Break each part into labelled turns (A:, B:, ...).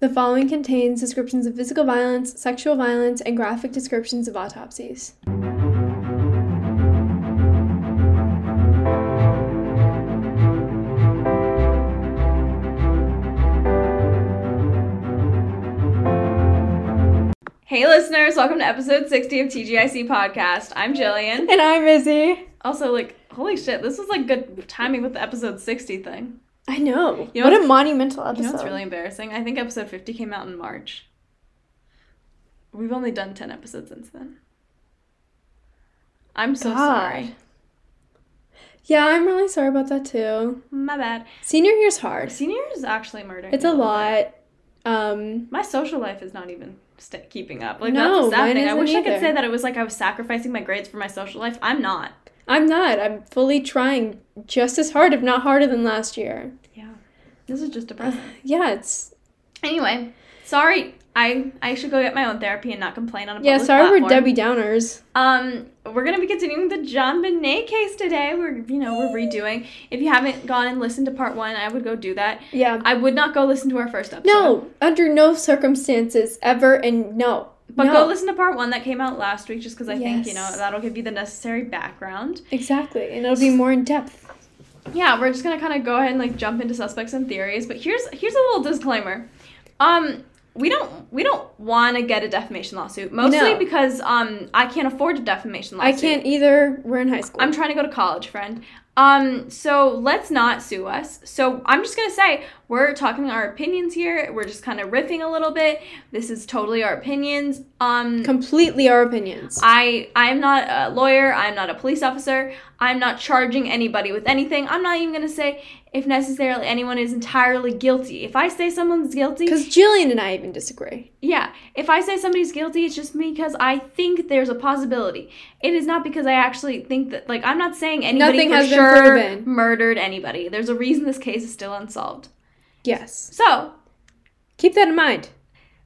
A: The following contains descriptions of physical violence, sexual violence, and graphic descriptions of autopsies.
B: Hey, listeners, welcome to episode 60 of TGIC Podcast. I'm Jillian.
A: And I'm Izzy.
B: Also, like, holy shit, this was like good timing with the episode 60 thing.
A: I know.
B: You know
A: what a
B: what's-
A: monumental
B: You
A: episode.
B: know what's really embarrassing? I think episode 50 came out in March. We've only done 10 episodes since then. I'm so
A: God.
B: sorry.
A: Yeah, I'm really sorry about that too.
B: My bad.
A: Senior year's hard.
B: Senior is actually murder.
A: It's a lot. Um,
B: My social life is not even st- keeping up. Like,
A: No,
B: that's a sad
A: mine
B: thing. I
A: isn't
B: wish I could
A: either.
B: say that it was like I was sacrificing my grades for my social life. I'm not.
A: I'm not. I'm fully trying just as hard, if not harder than last year.
B: Yeah. This is just depressing.
A: Yeah, it's
B: Anyway, sorry. I I should go get my own therapy and not complain on a
A: yeah.
B: public
A: Sorry, we're
B: platform.
A: Debbie Downers.
B: Um, we're gonna be continuing the John Binet case today. We're you know we're redoing. If you haven't gone and listened to part one, I would go do that.
A: Yeah.
B: I would not go listen to our first episode.
A: No, under no circumstances ever, and no.
B: But
A: no.
B: go listen to part one that came out last week, just because I think you know
A: Yes.
B: that'll give you the necessary background.
A: Exactly, and it'll be more in depth.
B: yeah we're just gonna kind of go ahead and like jump into suspects and theories but here's here's a little disclaimer um we don't we don't want to get a defamation lawsuit mostly
A: No.
B: because um i can't afford a defamation
A: I
B: lawsuit
A: can't either. We're in high school.
B: i'm trying to go to college friend um so let's not sue us so i'm just gonna say we're talking our opinions here we're just kind of riffing a little bit this is totally our opinions um
A: completely our opinions.
B: I I'm not a lawyer, I'm not a police officer, I'm not charging anybody with anything. I'm not even gonna say if necessarily anyone is entirely guilty. If I say someone's guilty,
A: Because Jillian and I even disagree.
B: yeah, if I say somebody's guilty, it's just because I think there's a possibility. It is not because I actually think that like I'm not saying anybody
A: Nothing
B: for
A: has been
B: sure
A: proven.
B: murdered anybody. There's a reason this case is still unsolved.
A: Yes.
B: So,
A: Keep that in mind.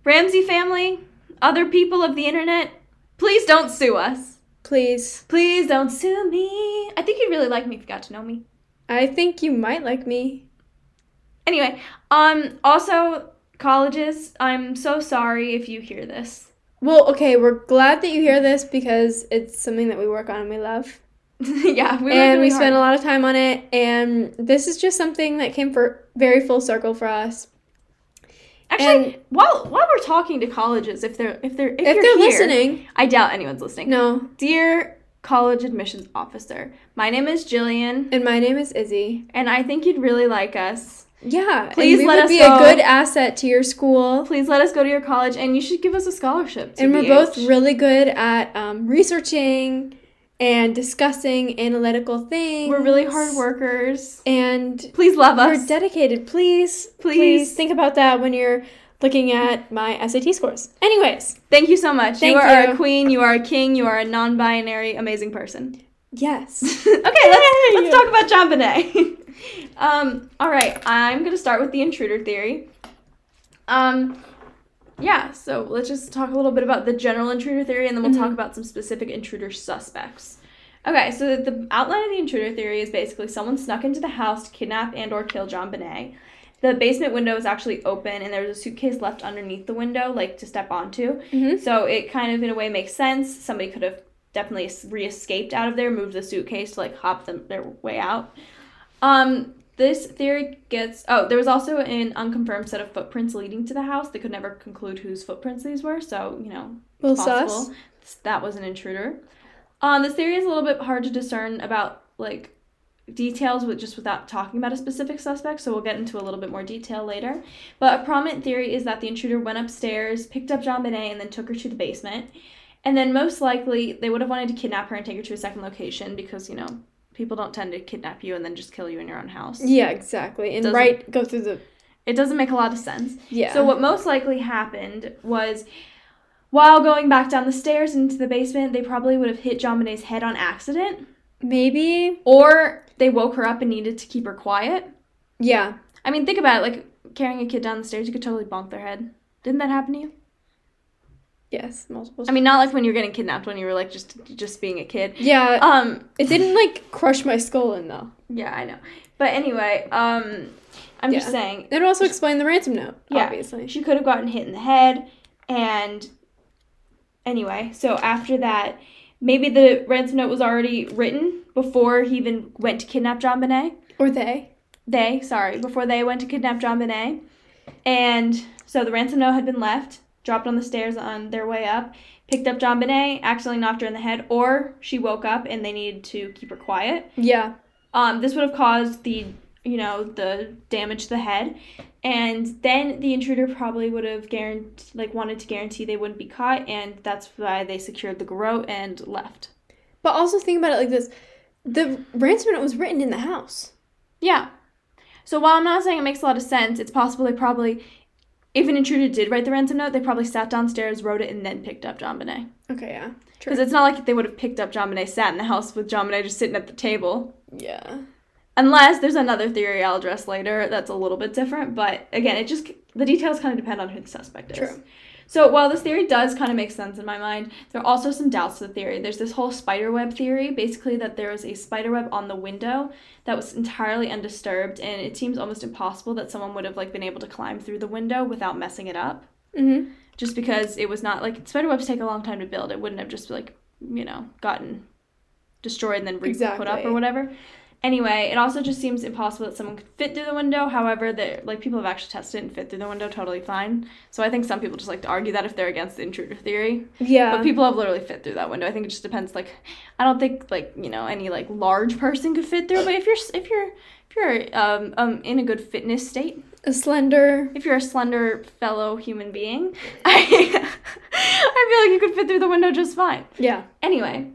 B: Ramsey family, other people of the internet, please don't sue us.
A: Please.
B: Please don't sue me. I think you'd really like me if you got to know me.
A: I think you might like me.
B: Anyway, um, also colleges, I'm so sorry if you hear this.
A: Well, okay, we're glad that you hear this because it's something that we work on and we love.
B: yeah, we were
A: and we
B: really
A: spend a
B: hard.
A: lot of time on it and this is just something that came for very full circle for us.
B: Actually, while while we're talking to colleges, if they're if they're if,
A: If
B: you're
A: they're
B: here-
A: listening,
B: I doubt anyone's listening.
A: no.
B: Dear college admissions officer, my name is Jillian,
A: And my name is Izzy.
B: and I think you'd really like us.
A: Yeah. and
B: Please
A: we
B: let
A: would
B: us
A: be
B: go.
A: a good asset to your school.
B: Please let us go to your college, and you should give us a scholarship. To
A: and we're
B: BH.
A: both really good at um, researching and discussing analytical things.
B: we're really hard workers.
A: And
B: Please love us.
A: we're dedicated. Please, please,
B: Please.
A: think about that when you're looking at my SAT scores. Anyways,
B: Thank you so much.
A: Thank
B: you are
A: you.
B: a queen, you are a king, you are a non binary amazing person.
A: yes.
B: okay, let's,
A: Yay!
B: let's talk about John Bonet. um, all right, I'm going to start with the intruder theory. Um, yeah, so let's just talk a little bit about the general intruder theory and then we'll talk about some specific intruder suspects. Okay, so the outline of the intruder theory is basically someone snuck into the house to kidnap and or kill John Bonet. The basement window is actually open and there's a suitcase left underneath the window like to step onto.
A: Mhm.
B: So it kind of in a way makes sense. Somebody could have definitely es- re-escaped out of there, moved the suitcase to like hop them their way out. Um, this theory gets oh, there was also an unconfirmed set of footprints leading to the house. They could never conclude whose footprints these were, so you know
A: Little
B: possible.
A: sus.
B: That was an intruder. Um, this theory is a little bit hard to discern about like details with just without talking about a specific suspect, so we'll get into a little bit more detail later. But a prominent theory is that the intruder went upstairs, picked up Jean Bonnet, and then took her to the basement. And then most likely they would have wanted to kidnap her and take her to a second location because, you know, people don't tend to kidnap you and then just kill you in your own house.
A: Yeah, exactly. And
B: Doesn't-
A: right, go through the
B: It doesn't make a lot of sense.
A: yeah.
B: So what most likely happened was while going back down the stairs into the basement, they probably would have hit Jean Bonnet's head on accident.
A: maybe
B: Or they woke her up and needed to keep her quiet.
A: yeah.
B: I mean, think about it, like carrying a kid down the stairs, you could totally bonk their head. Didn't that happen to you?
A: Yes, multiple.
B: I mean, not like when you were getting kidnapped when you were like just just being a kid.
A: yeah,
B: Um,
A: it didn't like crush my skull in though.
B: yeah, I know. But anyway, um, I'm just
A: Yeah.
B: saying
A: That would also explain the ransom note,
B: Yeah.
A: obviously.
B: she could have gotten hit in the head. And anyway, so after that, maybe the ransom note was already written before he even went to kidnap John Bonet.
A: Or they.
B: They, sorry, before they went to kidnap John Bonet. And so the ransom note had been left, dropped on the stairs on their way up, picked up John Bonet, accidentally knocked her in the head, or she woke up and they needed to keep her quiet.
A: Yeah.
B: Um, this would have caused the you know the damage to the head, and then the intruder probably would have guaranteed like wanted to guarantee they wouldn't be caught, and that's why they secured the garrote and left.
A: But also think about it like this. The ransom note was written in the house.
B: Yeah. So while I'm not saying it makes a lot of sense, it's possible they probably, if an intruder did write the ransom note, they probably sat downstairs, wrote it, and then picked up John Bonet.
A: Okay, yeah. True.
B: Because it's not like they would have picked up John Bonet, sat in the house with John Bonet just sitting at the table.
A: Yeah.
B: Unless there's another theory I'll address later that's a little bit different, but again, it just the details kind of depend on who the suspect is.
A: True.
B: So while this theory does kind of make sense in my mind, there are also some doubts to the theory. There's this whole spider web theory, basically that there was a spider web on the window that was entirely undisturbed, and it seems almost impossible that someone would have like been able to climb through the window without messing it up.
A: Mm-hmm.
B: Just because it was not like spider webs take a long time to build, it wouldn't have just like you know gotten destroyed and then re put up
A: Exactly.
B: or whatever. Anyway, it also just seems impossible that someone could fit through the window. However, that like people have actually tested it and fit through the window totally fine. So I think some people just like to argue that if they're against the intruder theory,
A: Yeah.
B: but people have literally fit through that window. I think it just depends. Like, I don't think like you know any like large person could fit through. But if you're s- if you're if you're um, um in a good fitness state,
A: a slender.
B: if you're a slender fellow human being, I, I feel like you could fit through the window just fine.
A: Yeah.
B: Anyway,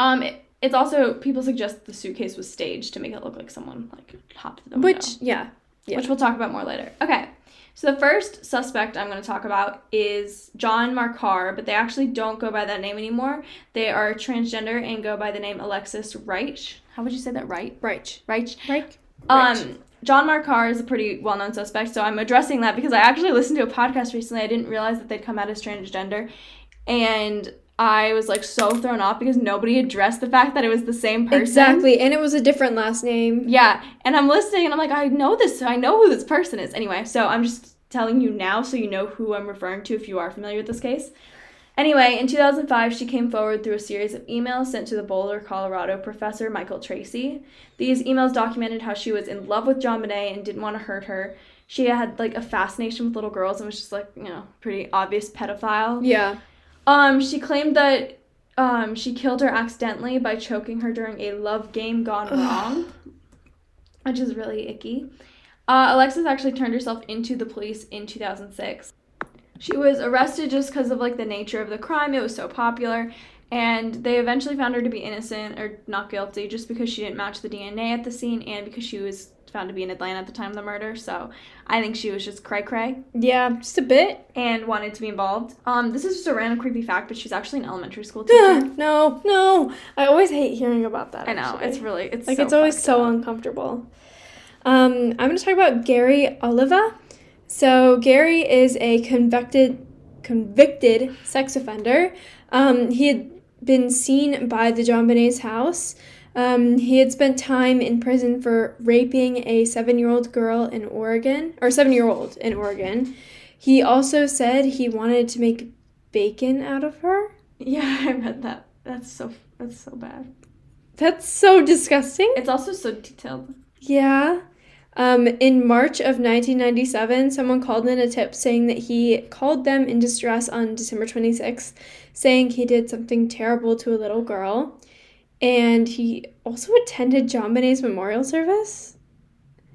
B: um, it, it's also people suggest the suitcase was staged to make it look like someone like hopped
A: Oh
B: through the window,
A: Which, yeah. yeah.
B: which we'll talk about more later. Okay, so the first suspect I'm going to talk about is John Marcar, but they actually don't go by that name anymore. They are transgender and go by the name Alexis Reich. How would you say that? Reich.
A: Right.
B: Reich.
A: Right.
B: Um, John Marcar is a pretty well known suspect, so I'm addressing that because I actually listened to a podcast recently. I didn't realize that they'd come out as transgender. And I was like so thrown off because nobody addressed the fact that it was the same person.
A: Exactly. And it was a different last name.
B: Yeah. And I'm listening and I'm like, I know this. I know who this person is. Anyway, so I'm just telling you now so you know who I'm referring to if you are familiar with this case. Anyway, in 2005, she came forward through a series of emails sent to the Boulder, Colorado professor Michael Tracy. These emails documented how she was in love with John Bonet and didn't want to hurt her. She had like a fascination with little girls and was just like, you know, pretty obvious pedophile.
A: Yeah.
B: Um, she claimed that um, she killed her accidentally by choking her during a love game gone
A: Ugh.
B: wrong, which is really icky. Uh, Alexis actually turned herself into the police in 2006. She was arrested just because of like the nature of the crime. It was so popular, and they eventually found her to be innocent or not guilty just because she didn't match the DNA at the scene and because she was found to be in Atlanta at the time of the murder. So I think she was just cray cray
A: Yeah. Just a bit.
B: and wanted to be involved. Um, this is just a random creepy fact, but she's actually an elementary school teacher.
A: no, no. I always hate hearing about that.
B: I know
A: actually.
B: it's really it's
A: like
B: so
A: it's always
B: fucked
A: so
B: up.
A: uncomfortable. Um, I'm going to talk about Gary Oliva. So Gary is a convicted convicted sex offender. Um, he had been seen by the John Bonet's house. Um, he had spent time in prison for raping a seven-year-old girl in Oregon, or seven-year-old in Oregon. He also said he wanted to make bacon out of her.
B: Yeah, I read that. That's so that's so bad.
A: That's so disgusting.
B: It's also so detailed.
A: Yeah. Um, in March of 1997, someone called in a tip saying that he called them in distress on December 26th, saying he did something terrible to a little girl. And he also attended John Bonet's memorial service.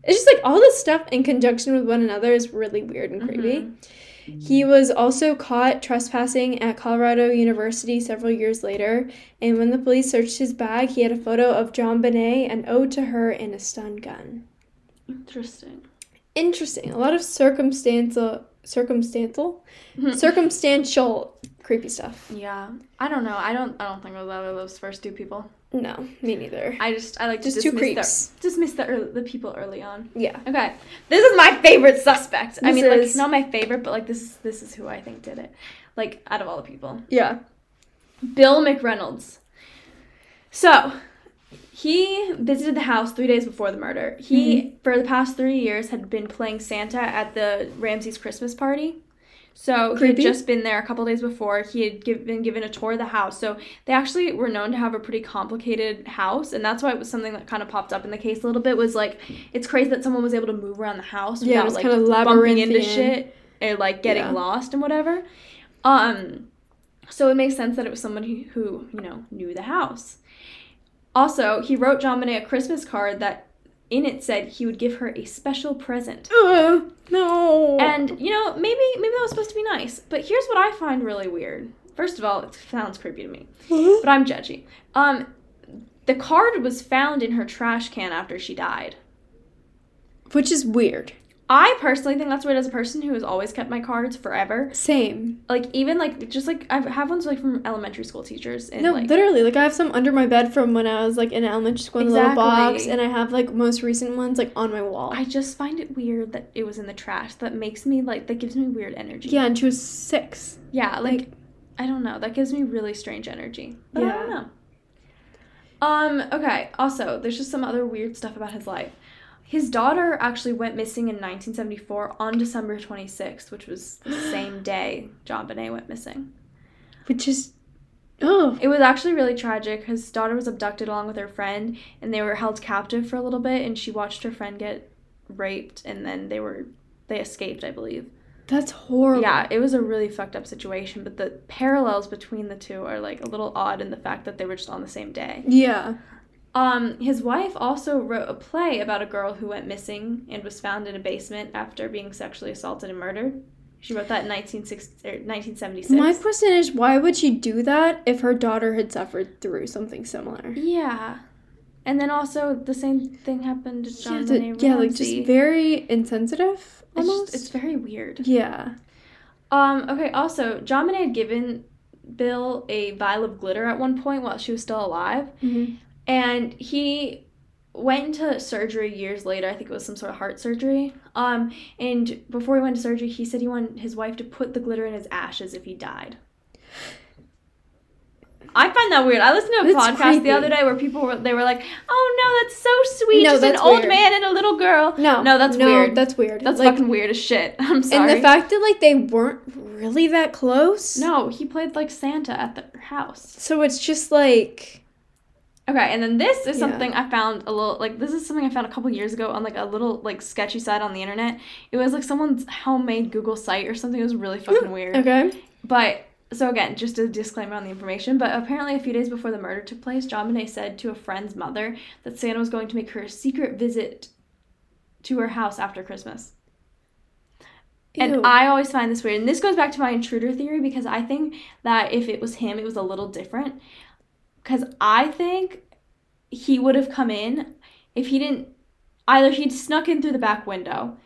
A: It's just like all this stuff in conjunction with one another is really weird and creepy. He was also caught trespassing at Colorado University several years later, and when the police searched his bag, he had a photo of John Bonet, an ode to her, and a stun gun.
B: Interesting.
A: Interesting. A lot of circumstantial, circumstantial, circumstantial, creepy stuff.
B: yeah, I don't know. I don't. I don't think I was either of those first two people.
A: No, me neither.
B: I just. I like to
A: Just two
B: dismiss
A: creeps.
B: The, dismiss the early, the people early on.
A: Yeah.
B: Okay, this is my favorite suspect. I
A: This
B: mean, like
A: is-
B: not my favorite, but like this is this is who I think did it. Like out of all the people.
A: Yeah.
B: Bill McReynolds. So, He visited the house three days before the murder. He,
A: Mm-hmm.
B: for the past three years, had been playing Santa at the Ramsey's Christmas party. So he had
A: Creepy.
B: just been there a couple days before. He had give, been given a tour of the house. So they actually were known to have a pretty complicated house, and that's why it was something that kind of popped up in the case a little bit. Was like, it's crazy that someone was able to move around the house
A: Yeah, it was
B: like
A: kinda
B: bumping into
A: labyrinthian.
B: shit and like getting
A: Yeah.
B: lost and whatever. Um, so it makes sense that it was someone who, who you know knew the house. Also, he wrote John Monet a Christmas card that in it said he would give her a special present.
A: Ugh, Uh, no.
B: And you know, maybe maybe that was supposed to be nice, but here's what I find really weird. First of all, it sounds creepy to me, but I'm judgy. Um, the card was found in her trash can after she died.
A: which is weird.
B: I personally think that's weird as a person who has always kept my cards forever.
A: Same.
B: Like even like just like I have ones like from elementary school teachers and
A: No,
B: like
A: literally. Like I have some under my bed from when I was like in elementary school in the little box,
B: Exactly.
A: and I have like most recent ones like on my wall.
B: I just find it weird that it was in the trash. That makes me like that gives me weird energy.
A: yeah, and she was six.
B: Yeah, like, I don't know. That gives me really strange energy. But I don't
A: Yeah.
B: know. Um, okay. Also, there's just some other weird stuff about his life. His daughter actually went missing in 1974 on December 26th, which was the same day John Bonet went missing.
A: Which is, oh,
B: It was actually really tragic. His daughter was abducted along with her friend, and they were held captive for a little bit, and she watched her friend get raped, and then they were they escaped, I believe.
A: that's horrible.
B: Yeah, it was a really fucked up situation, but the parallels between the two are like a little odd in the fact that they were just on the same day.
A: Yeah.
B: Um, his wife also wrote a play about a girl who went missing and was found in a basement after being sexually assaulted and murdered. She wrote that in er, 1960, or 1976.
A: My question is, why would she do that if her daughter had suffered through something similar?
B: yeah. And then also the same thing happened to John
A: yeah,
B: yeah,
A: the- yeah, like just very insensitive,
B: it's,
A: almost.
B: just, it's very weird.
A: yeah.
B: Um, okay, also, John Bonet had given Bill a vial of glitter at one point while she was still alive. and he went into surgery years later i think it was some sort of heart surgery um and before he went to surgery he said he wanted his wife to put the glitter in his ashes if he died I find that weird. I listened to a
A: That's
B: podcast
A: creepy.
B: the other day where people were they were like, "Oh no, that's so sweet,
A: No,
B: just an
A: that's
B: old
A: weird.
B: man and a little girl."
A: No,
B: no, that's weird.
A: That's weird.
B: that's
A: like,
B: fucking weird as shit. I'm
A: and
B: sorry.
A: the fact that like they weren't really that close.
B: no, he played like Santa at the house.
A: So it's just like
B: Okay, and then this is
A: Yeah.
B: something I found a little like this is something I found a couple years ago on like a little like sketchy site on the internet. It was like someone's homemade Google site or something. It was really fucking weird.
A: okay.
B: But so again, just a disclaimer on the information. But apparently, a few days before the murder took place, John Bonet said to a friend's mother that Santa was going to make her a secret visit to her house after Christmas.
A: Ew.
B: And I always find this weird. And this goes back to my intruder theory because I think that if it was him, it was a little different. Because I think he would have come in if he didn't. Either he'd snuck in through the back window,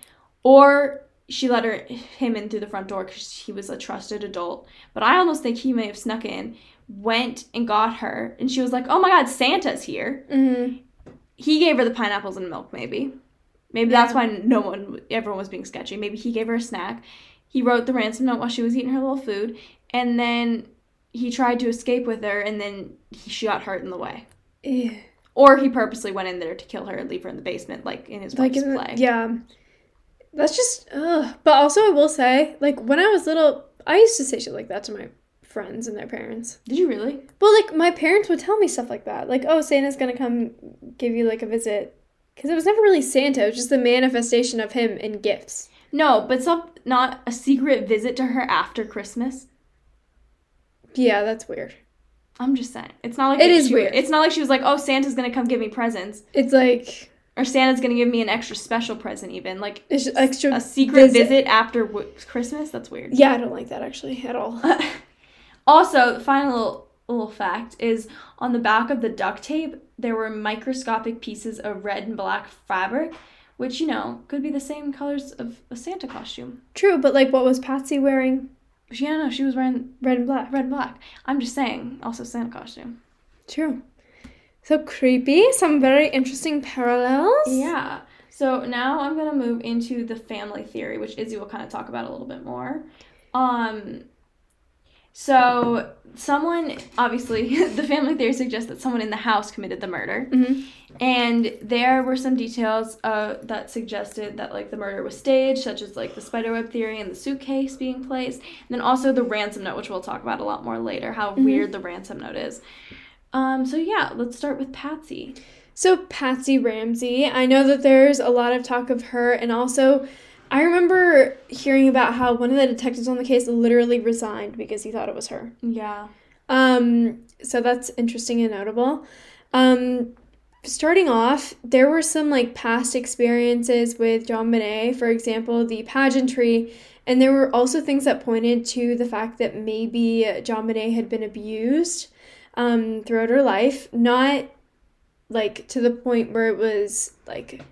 B: or she let her him in through the front door because he was a trusted adult. But I almost think he may have snuck in, went and got her, and she was like, "Oh my God, Santa's here."
A: Mhm.
B: He gave her the pineapples and milk, maybe. Maybe that's why no one, everyone was being sketchy. Maybe he gave her a snack. He wrote the ransom note while she was eating her little food, and then he tried to escape with her, and then he, she got hurt in the way.
A: Ew.
B: Or he purposely went in there to kill her and leave her in the basement, like in his
A: like
B: wife's
A: in the-
B: play.
A: yeah. That's just ugh. But also, I will say, like when I was little, I used to say shit like that to my friends and their parents.
B: Did you really?
A: Well, like my parents would tell me stuff like that, like, "Oh, Santa's gonna come give you like a visit," because it was never really Santa; it was just the manifestation of him in gifts.
B: No, but some not a secret visit to her after Christmas.
A: Yeah, that's weird.
B: I'm just saying, it's not like
A: It is
B: she-
A: weird.
B: It's not like she was like, "Oh, Santa's gonna come give me presents,"
A: It's like
B: or "Santa's gonna give me an extra special present." Even like
A: it's just extra
B: a secret
A: visit.
B: visit, after w- Christmas. That's weird.
A: Yeah, I don't like that actually at all.
B: also, final little fact is on the back of the duct tape there were microscopic pieces of red and black fabric, which you know could be the same colors of a Santa costume.
A: True, but like, what was Patsy wearing?
B: She, yeah, no, she was wearing
A: Red and black.
B: red and black. I'm just saying, also Santa costume.
A: True. So creepy. Some very interesting parallels.
B: Yeah. So now I'm gonna move into the family theory, which Izzy will kind of talk about a little bit more. Um, So someone obviously the family theory suggests that someone in the house committed the murder.
A: Mhm.
B: And there were some details uh, that suggested that like the murder was staged, such as like the spiderweb theory and the suitcase being placed, and then also the ransom note, which we'll talk about a lot more later. How weird the ransom note is. Um, so yeah, let's start with Patsy.
A: So Patsy Ramsey, I know that there's a lot of talk of her, and also I remember hearing about how one of the detectives on the case literally resigned because he thought it was her.
B: Yeah.
A: Um, so that's interesting and notable. Um, starting off, there were some like past experiences with John Bonet, for example, the pageantry, and there were also things that pointed to the fact that maybe John Bonet had been abused um, throughout her life, not like to the point where it was like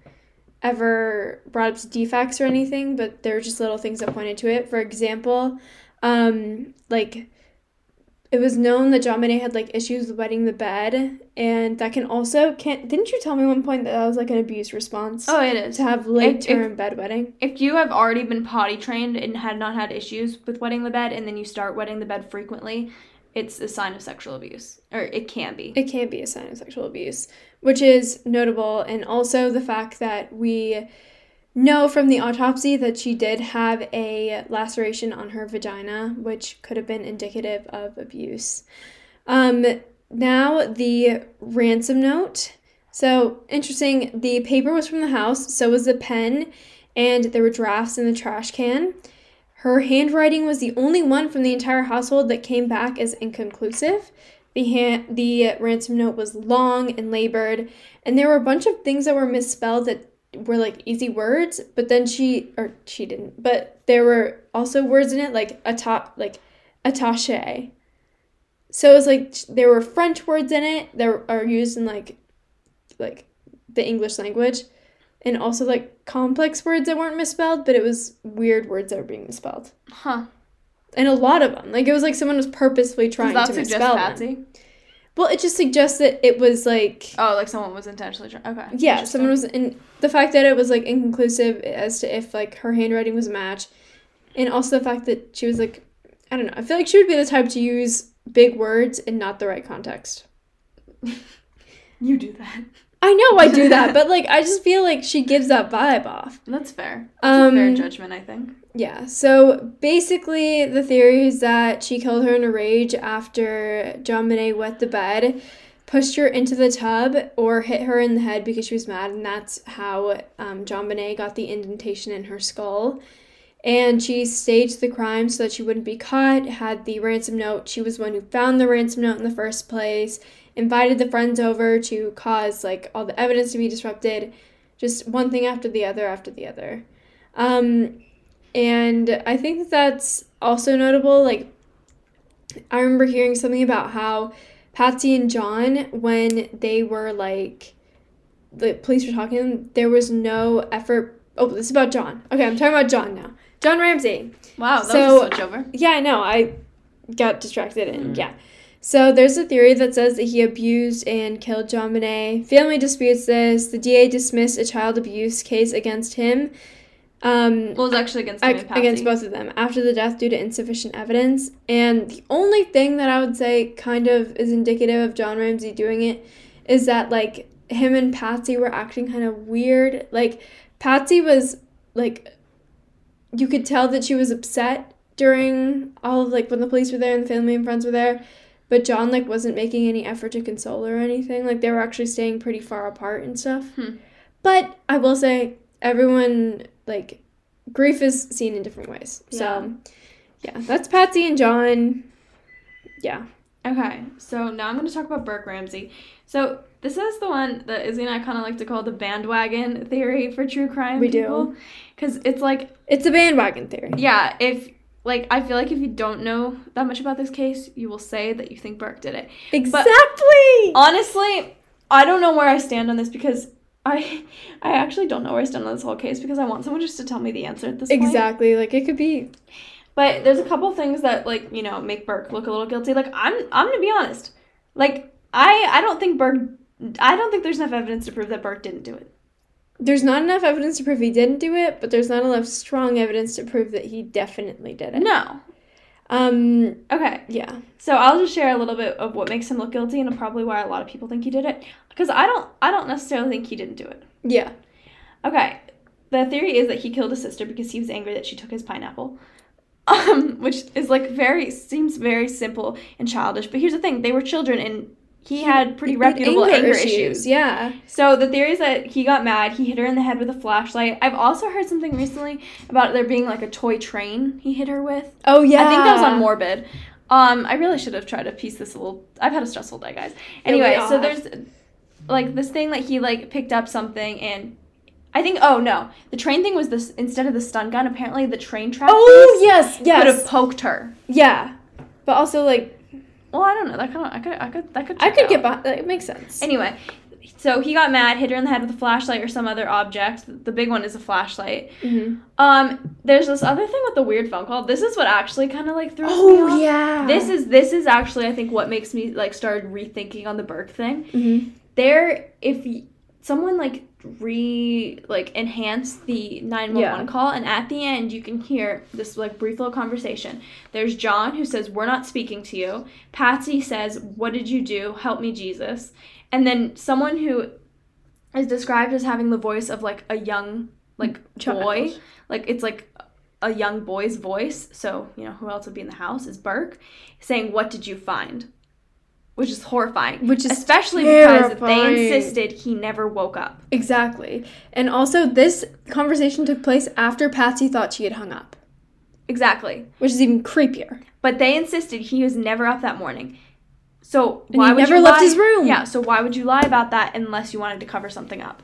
A: ever brought up to defects or anything, but there were just little things that pointed to it. For example, um, like it was known that John Bonet had like issues wetting the bed, and that can also can't. Didn't you tell me one point that that was like an abuse response?
B: Oh, it is.
A: to have late term bedwetting.
B: If you have already been potty trained and had not had issues with wetting the bed, and then you start wetting the bed frequently, it's a sign of sexual abuse, or it can be.
A: It can be a sign of sexual abuse, which is notable, and also the fact that we know from the autopsy that she did have a laceration on her vagina, which could have been indicative of abuse. Um, now, the ransom note. So, interesting, the paper was from the house, so was the pen, and there were drafts in the trash can. Her handwriting was the only one from the entire household that came back as inconclusive. The, han- the ransom note was long and labored, and there were a bunch of things that were misspelled that were like easy words, but then she, or she didn't, but there were also words in it like atop, like attache. So it was like sh- there were French words in it that are used in like, like the English language, and also like complex words that weren't misspelled, but it was weird words that were being misspelled,
B: Huh.
A: and a lot of them. Like it was like someone was purposefully trying
B: Does that
A: to
B: suggest
A: misspell them.
B: Patsy?
A: Well, it just suggests that it was like
B: Oh, like someone was intentionally trying. Okay.
A: yeah, someone was in the fact that it was like inconclusive as to if like her handwriting was a match, and also the fact that she was like I don't know. I feel like she would be the type to use big words in not the right context.
B: You do that.
A: I know I do that, but like I just feel like she gives that vibe off.
B: That's fair. That's a
A: Um,
B: fair judgment, I think.
A: Yeah, so basically, the theory is that she killed her in a rage after John Bonet wet the bed, pushed her into the tub, or hit her in the head because she was mad, and that's how um, John Bonet got the indentation in her skull. And she staged the crime so that she wouldn't be caught, had the ransom note. She was the one who found the ransom note in the first place, invited the friends over to cause like all the evidence to be disrupted, just one thing after the other after the other. Um, and I think that that's also notable. Like, I remember hearing something about how Patsy and John, when they were like, the police were talking, to them, there was no effort. Oh, this is about John. Okay, I'm talking about John now. John Ramsey.
B: Wow, that
A: so-
B: was a switch over.
A: Yeah, I know. I got distracted and yeah. So there's a theory that says that he abused and killed John Bonet. Family disputes this. The DA dismissed a child abuse case against him. Um,
B: Well, it was actually against
A: Ag-
B: Ag- Patsy.
A: against both of them after the death due to insufficient evidence. And the only thing that I would say kind of is indicative of John Ramsey doing it is that like him and Patsy were acting kind of weird. Like Patsy was like you could tell that she was upset during all of like when the police were there and the family and friends were there. But John like wasn't making any effort to console her or anything. Like they were actually staying pretty far apart and stuff.
B: Hmm.
A: But I will say everyone like grief is seen in different ways. So, yeah, that's Patsy and John. Yeah.
B: Okay, so now I'm going to talk about Burke Ramsey. So this is the one that Izzy and I kind of like to call the bandwagon theory for true crime.
A: We do.
B: Because it's like,
A: It's a bandwagon theory.
B: yeah, if, like, I feel like if you don't know that much about this case, you will say that you think Burke did it.
A: Exactly.
B: Honestly, I don't know where I stand on this because I I actually don't know where I stand on this whole case because I want someone just to tell me the answer at this point.
A: exactly. Like it could be
B: But there's a couple things that like, you know, make Burke look a little guilty. Like I'm I'm going to be honest. Like I I don't think Burke I don't think there's enough evidence to prove that Burke didn't do it.
A: there's not enough evidence to prove he didn't do it, but there's not enough strong evidence to prove that he definitely did it.
B: No.
A: Um,
B: Okay.
A: yeah.
B: So I'll just share a little bit of what makes him look guilty and probably why a lot of people think he did it because I don't I don't necessarily think he didn't do it.
A: Yeah.
B: Okay. The theory is that he killed his sister because he was angry that she took his pineapple. Um, which is like very seems very simple and childish, but here's the thing, they were children and he had pretty
A: He had
B: reputable anger, issues.
A: Yeah.
B: So the theory is that he got mad, he hit her in the head with a flashlight. I've also heard something recently about there being like a toy train he hit her with.
A: Oh yeah.
B: I think that was on Morbid. Um, I really should have tried to piece this a little. I've had a stressful day, guys.
A: Yeah, we
B: Anyway,
A: all
B: so
A: have.
B: there's like this thing that he like picked up something and I think oh no, the train thing was this instead of the stun gun. Apparently, the train track
A: Oh
B: piece
A: yes,
B: could have
A: yes,
B: poked her.
A: yeah. But also like
B: Well, I don't know. That kind of I could I could that could
A: I
B: check
A: could
B: out.
A: get behind. Like, it makes sense.
B: Anyway, so he got mad, hit her in the head with a flashlight or some other object. The big one is a flashlight.
A: Mhm.
B: Um, there's this other thing with the weird phone call. This is what actually kind of like throws me off.
A: Oh yeah.
B: This is this is actually I think what makes me like started rethinking on the Burke thing.
A: Mhm.
B: There, if y- someone like re like enhanced the nine one
A: Yeah.
B: one call, and at the end you can hear this like brief little conversation. There's John who says, "We're not speaking to you." Patsy says, "What did you do? Help me, Jesus." And then someone who is described as having the voice of like a young like
A: Child.
B: boy, like it's like a young boy's voice, so you know who else would be in the house is Burke, saying, "What did you find?" Which is horrifying.
A: Which is
B: especially because
A: terrifying.
B: they insisted he never woke up.
A: exactly. And also, this conversation took place after Patsy thought she had hung up,
B: Exactly,
A: which is even creepier.
B: but they insisted he was never up that morning. So
A: he
B: why would
A: never
B: you
A: left
B: lie-
A: his room.
B: Yeah. So why would you lie about that unless you wanted to cover something up?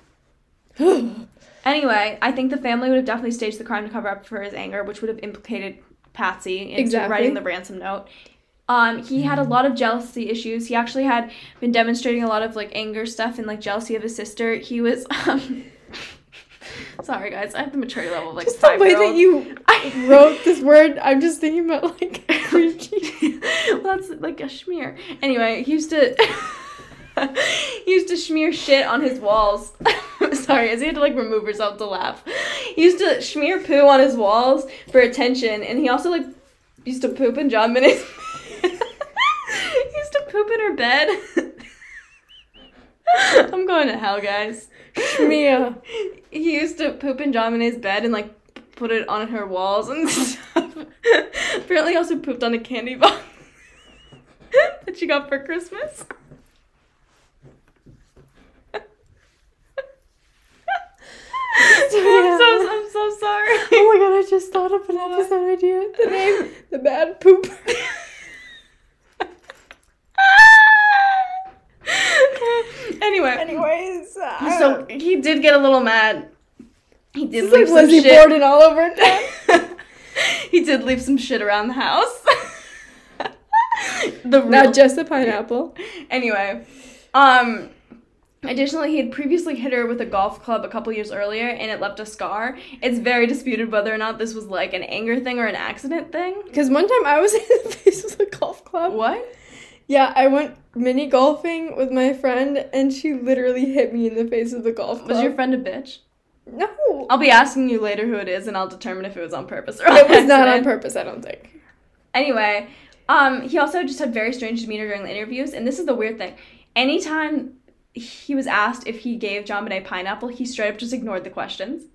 B: Anyway, I think the family would have definitely staged the crime to cover up for his anger, which would have implicated Patsy into
A: Exactly. Mm.
B: writing the ransom note. Um, he had a lot of jealousy issues. He actually had been demonstrating a lot of like anger stuff and like jealousy of his sister. He was, um, sorry guys, I have the maturity level of like
A: Just the
B: five
A: way
B: year
A: that
B: old.
A: you
B: I-
A: wrote this word, I'm just thinking about like creepy.
B: well, that's like a smear. Anyway, he used to he used to smear shit on his walls. Sorry, as he had to like remove herself to laugh. He used to smear poo on his walls for attention, and he also like used to poop and jump in his. he used to poop in her bed. I'm going to hell, guys.
A: Mia.
B: He used to poop and jam in his bed and like p- put it on her walls and stuff. Apparently, he also pooped on a candy bar that she got for Christmas. I'm, so, I'm so sorry.
A: Oh my god, I just thought of an episode idea. The name The Bad Pooper.
B: anyway,
A: Anyways, uh,
B: so he did get a little mad. He did
A: it's
B: leave
A: like
B: some
A: Lizzie
B: shit.
A: Borden all over again.
B: he did leave some shit around the house. the real
A: Not just the pineapple.
B: anyway, um, additionally, he had previously hit her with a golf club a couple years earlier, and it left a scar. It's very disputed whether or not this was like an anger thing or an accident thing.
A: Because one time I was in the face with a golf club.
B: What?
A: Yeah, I went mini golfing with my friend, and she literally hit me in the face with a golf club.
B: Was your friend a bitch?
A: No,
B: I'll be asking you later who it is, and I'll determine if it was on purpose or
A: it was not on
B: accident.
A: purpose. I don't think.
B: Anyway, um, he also just had very strange demeanor during the interviews, and this is the weird thing. Anytime he was asked if he gave John Bonet pineapple, he straight up just ignored the questions.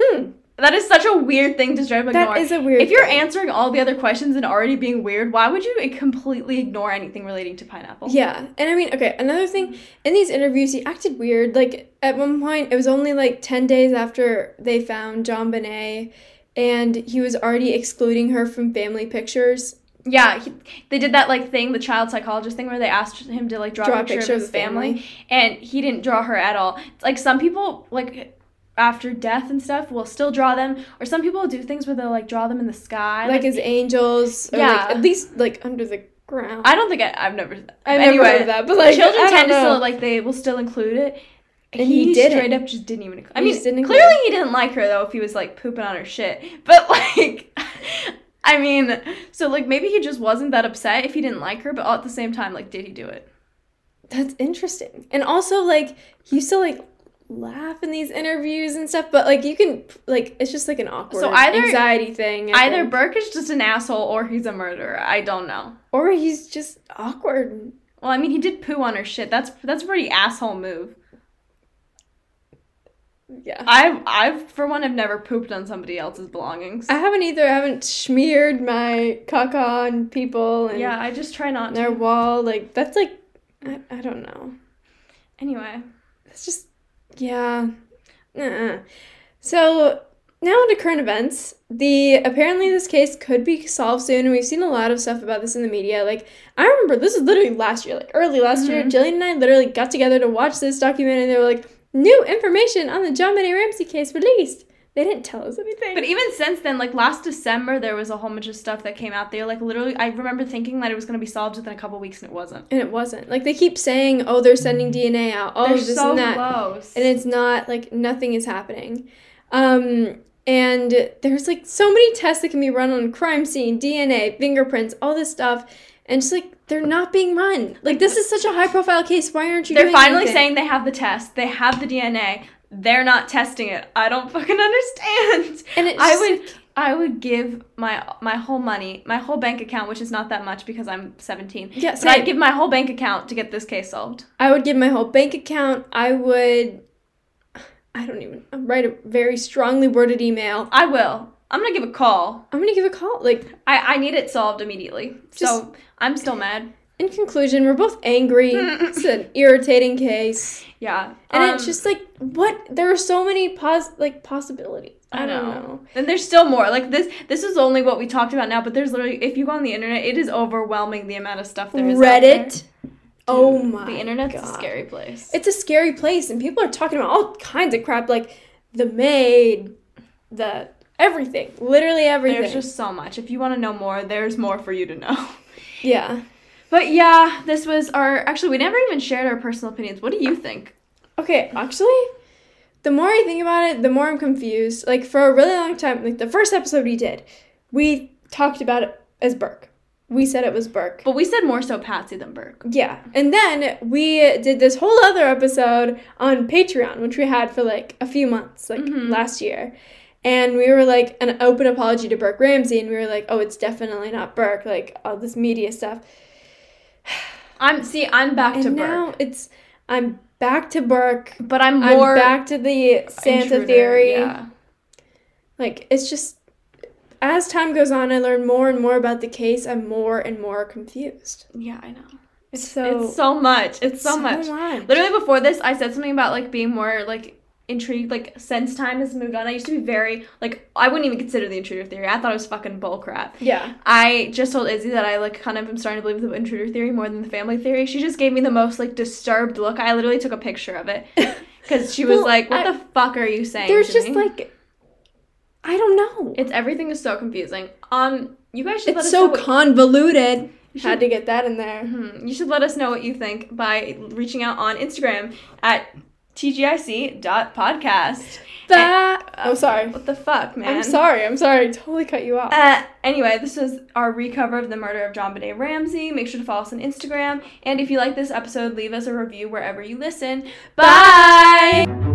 A: Hmm.
B: That is such a weird thing to straight up
A: That
B: ignore.
A: is a weird
B: If you're
A: thing.
B: answering all the other questions and already being weird, why would you completely ignore anything relating to pineapple?
A: Yeah, and I mean, okay. Another thing in these interviews, he acted weird. Like at one point, it was only like ten days after they found John Bonet, and he was already excluding her from family pictures.
B: Yeah, he, they did that like thing, the child psychologist thing, where they asked him to like draw, a picture, of his family, and he didn't draw her at all. Like some people, like after death and stuff, will still draw them, or some people do things where they'll like draw them in the sky.
A: like his angels. Or
B: Yeah.
A: like, at least like under the ground.
B: I don't think I, I've never.
A: I
B: anyway,
A: never heard of that, but like
B: children
A: I don't
B: tend to
A: know.
B: still like they will still include it.
A: And he didn't.
B: straight up just didn't even. I
A: He
B: mean,
A: just didn't
B: clearly he didn't like her though. If he was like pooping on her shit, but like, I mean, so like maybe he just wasn't that upset if he didn't like her, but all at the same time, like, did he do it?
A: That's interesting. And also like he used to like laugh in these interviews and stuff, but like you can like it's just like an awkward
B: So either-
A: anxiety thing. I
B: Either
A: think.
B: Burke is just an asshole or he's a murderer. I don't know.
A: or he's just awkward.
B: Well, I mean, he did poo on her shit. That's that's a pretty asshole move.
A: Yeah.
B: I've I've for one have never pooped on somebody else's belongings.
A: I haven't either. I haven't smeared my caca on people and
B: yeah, I just try not
A: on
B: to.
A: their wall. Like that's like I, I don't know.
B: Anyway,
A: It's just yeah. Uh-uh. So now on to current events. The apparently this case could be solved soon, and we've seen a lot of stuff about this in the media. Like I remember this is literally last year, like early last year.
B: Mhm.
A: Jillian and I literally got together to watch this documentary. and They were like, "New information on the John Benet Ramsey case released." They didn't tell us anything.
B: but even since then, like last December, there was a whole bunch of stuff that came out there. Like literally, I remember thinking that it was gonna be solved within a couple weeks, and it wasn't.
A: and it wasn't. Like they keep saying, "Oh, they're sending DNA out." Oh,
B: Mm. They're
A: this
B: so
A: and that.
B: close.
A: and it's not like nothing is happening. Um, and there's like so many tests that can be run on crime scene, DNA, fingerprints, all this stuff, and just like they're not being run. Like this is such a high profile case. Why aren't you?
B: They're
A: doing
B: finally
A: anything?
B: saying they have the test. They have the DNA. They're not testing it. I don't fucking understand.
A: and it's
B: I
A: just,
B: would I would give my my whole money, my whole bank account, which is not that much because I'm 17.
A: yeah.
B: So I'd
A: Same.
B: give my whole bank account to get this case solved.
A: I would give my whole bank account. I would. I don't even uh, write a very strongly worded email.
B: I will. I'm gonna give a call.
A: I'm gonna give a call. Like
B: I, I need it solved immediately.
A: Just-
B: so I'm still mad.
A: in conclusion, we're both angry. it's an irritating case.
B: Yeah.
A: And
B: Um,
A: it's just like what there are so many pos like possibilities. I,
B: I
A: don't
B: know.
A: know.
B: and there's still more. Like this this is only what we talked about now, but there's literally if you go on the internet, it is overwhelming the amount of stuff there is. out there.
A: Reddit. Oh
B: Dude,
A: my.
B: The internet's a
A: God.
B: scary place.
A: It's a scary place, and people are talking about all kinds of crap, like the maid, the everything, literally everything.
B: there's just so much. If you want to know more, there's more for you to know.
A: yeah.
B: But yeah, this was our. Actually, we never even shared our personal opinions. What do you think?
A: Okay, actually, the more I think about it, the more I'm confused. Like for a really long time, like the first episode we did, we talked about it as Burke. We said it was Burke.
B: But we said more so Patsy than Burke.
A: Yeah. And then we did this whole other episode on Patreon, which we had for like a few months, like
B: Mhm.
A: last year. And we were like an open apology to Burke Ramsey, and we were like, oh, it's definitely not Burke, like all this media stuff.
B: I'm see. I'm back to
A: And now
B: Burke,
A: it's, I'm back to Burke.
B: but I'm more
A: I'm back to the Santa
B: intruder,
A: theory.
B: Yeah.
A: Like, it's just, as time goes on, I learn more and more about the case. I'm more and more confused.
B: yeah, I know. It's
A: So-
B: so it's so much. It's so, much. Literally before this, I said something about like being more like intrigued. Like since time has moved on, I used to be very like I wouldn't even consider the intruder theory. I thought it was fucking bullcrap.
A: Yeah.
B: I just told Izzy that I like kind of am starting to believe the intruder theory more than the family theory. She just gave me the most like disturbed look. I literally took a picture of it because she was
A: Well,
B: like, "What
A: I-
B: the fuck are you saying?"
A: There's
B: to
A: just
B: me?"
A: like, I don't know.
B: it's everything is so confusing. Um, you guys should let
A: It's
B: us
A: so
B: know what-
A: convoluted. Had
B: You should,
A: to get that in there.
B: Mhm. you should let us know what you think by reaching out on Instagram at tgic.podcast.
A: That. Oh, sorry.
B: What the fuck, man?
A: I'm sorry. I'm sorry. I totally cut you off.
B: Uh, anyway, this was our recover of the murder of John Benet Ramsey. Make sure to follow us on Instagram. And if you like this episode, leave us a review wherever you listen. Bye!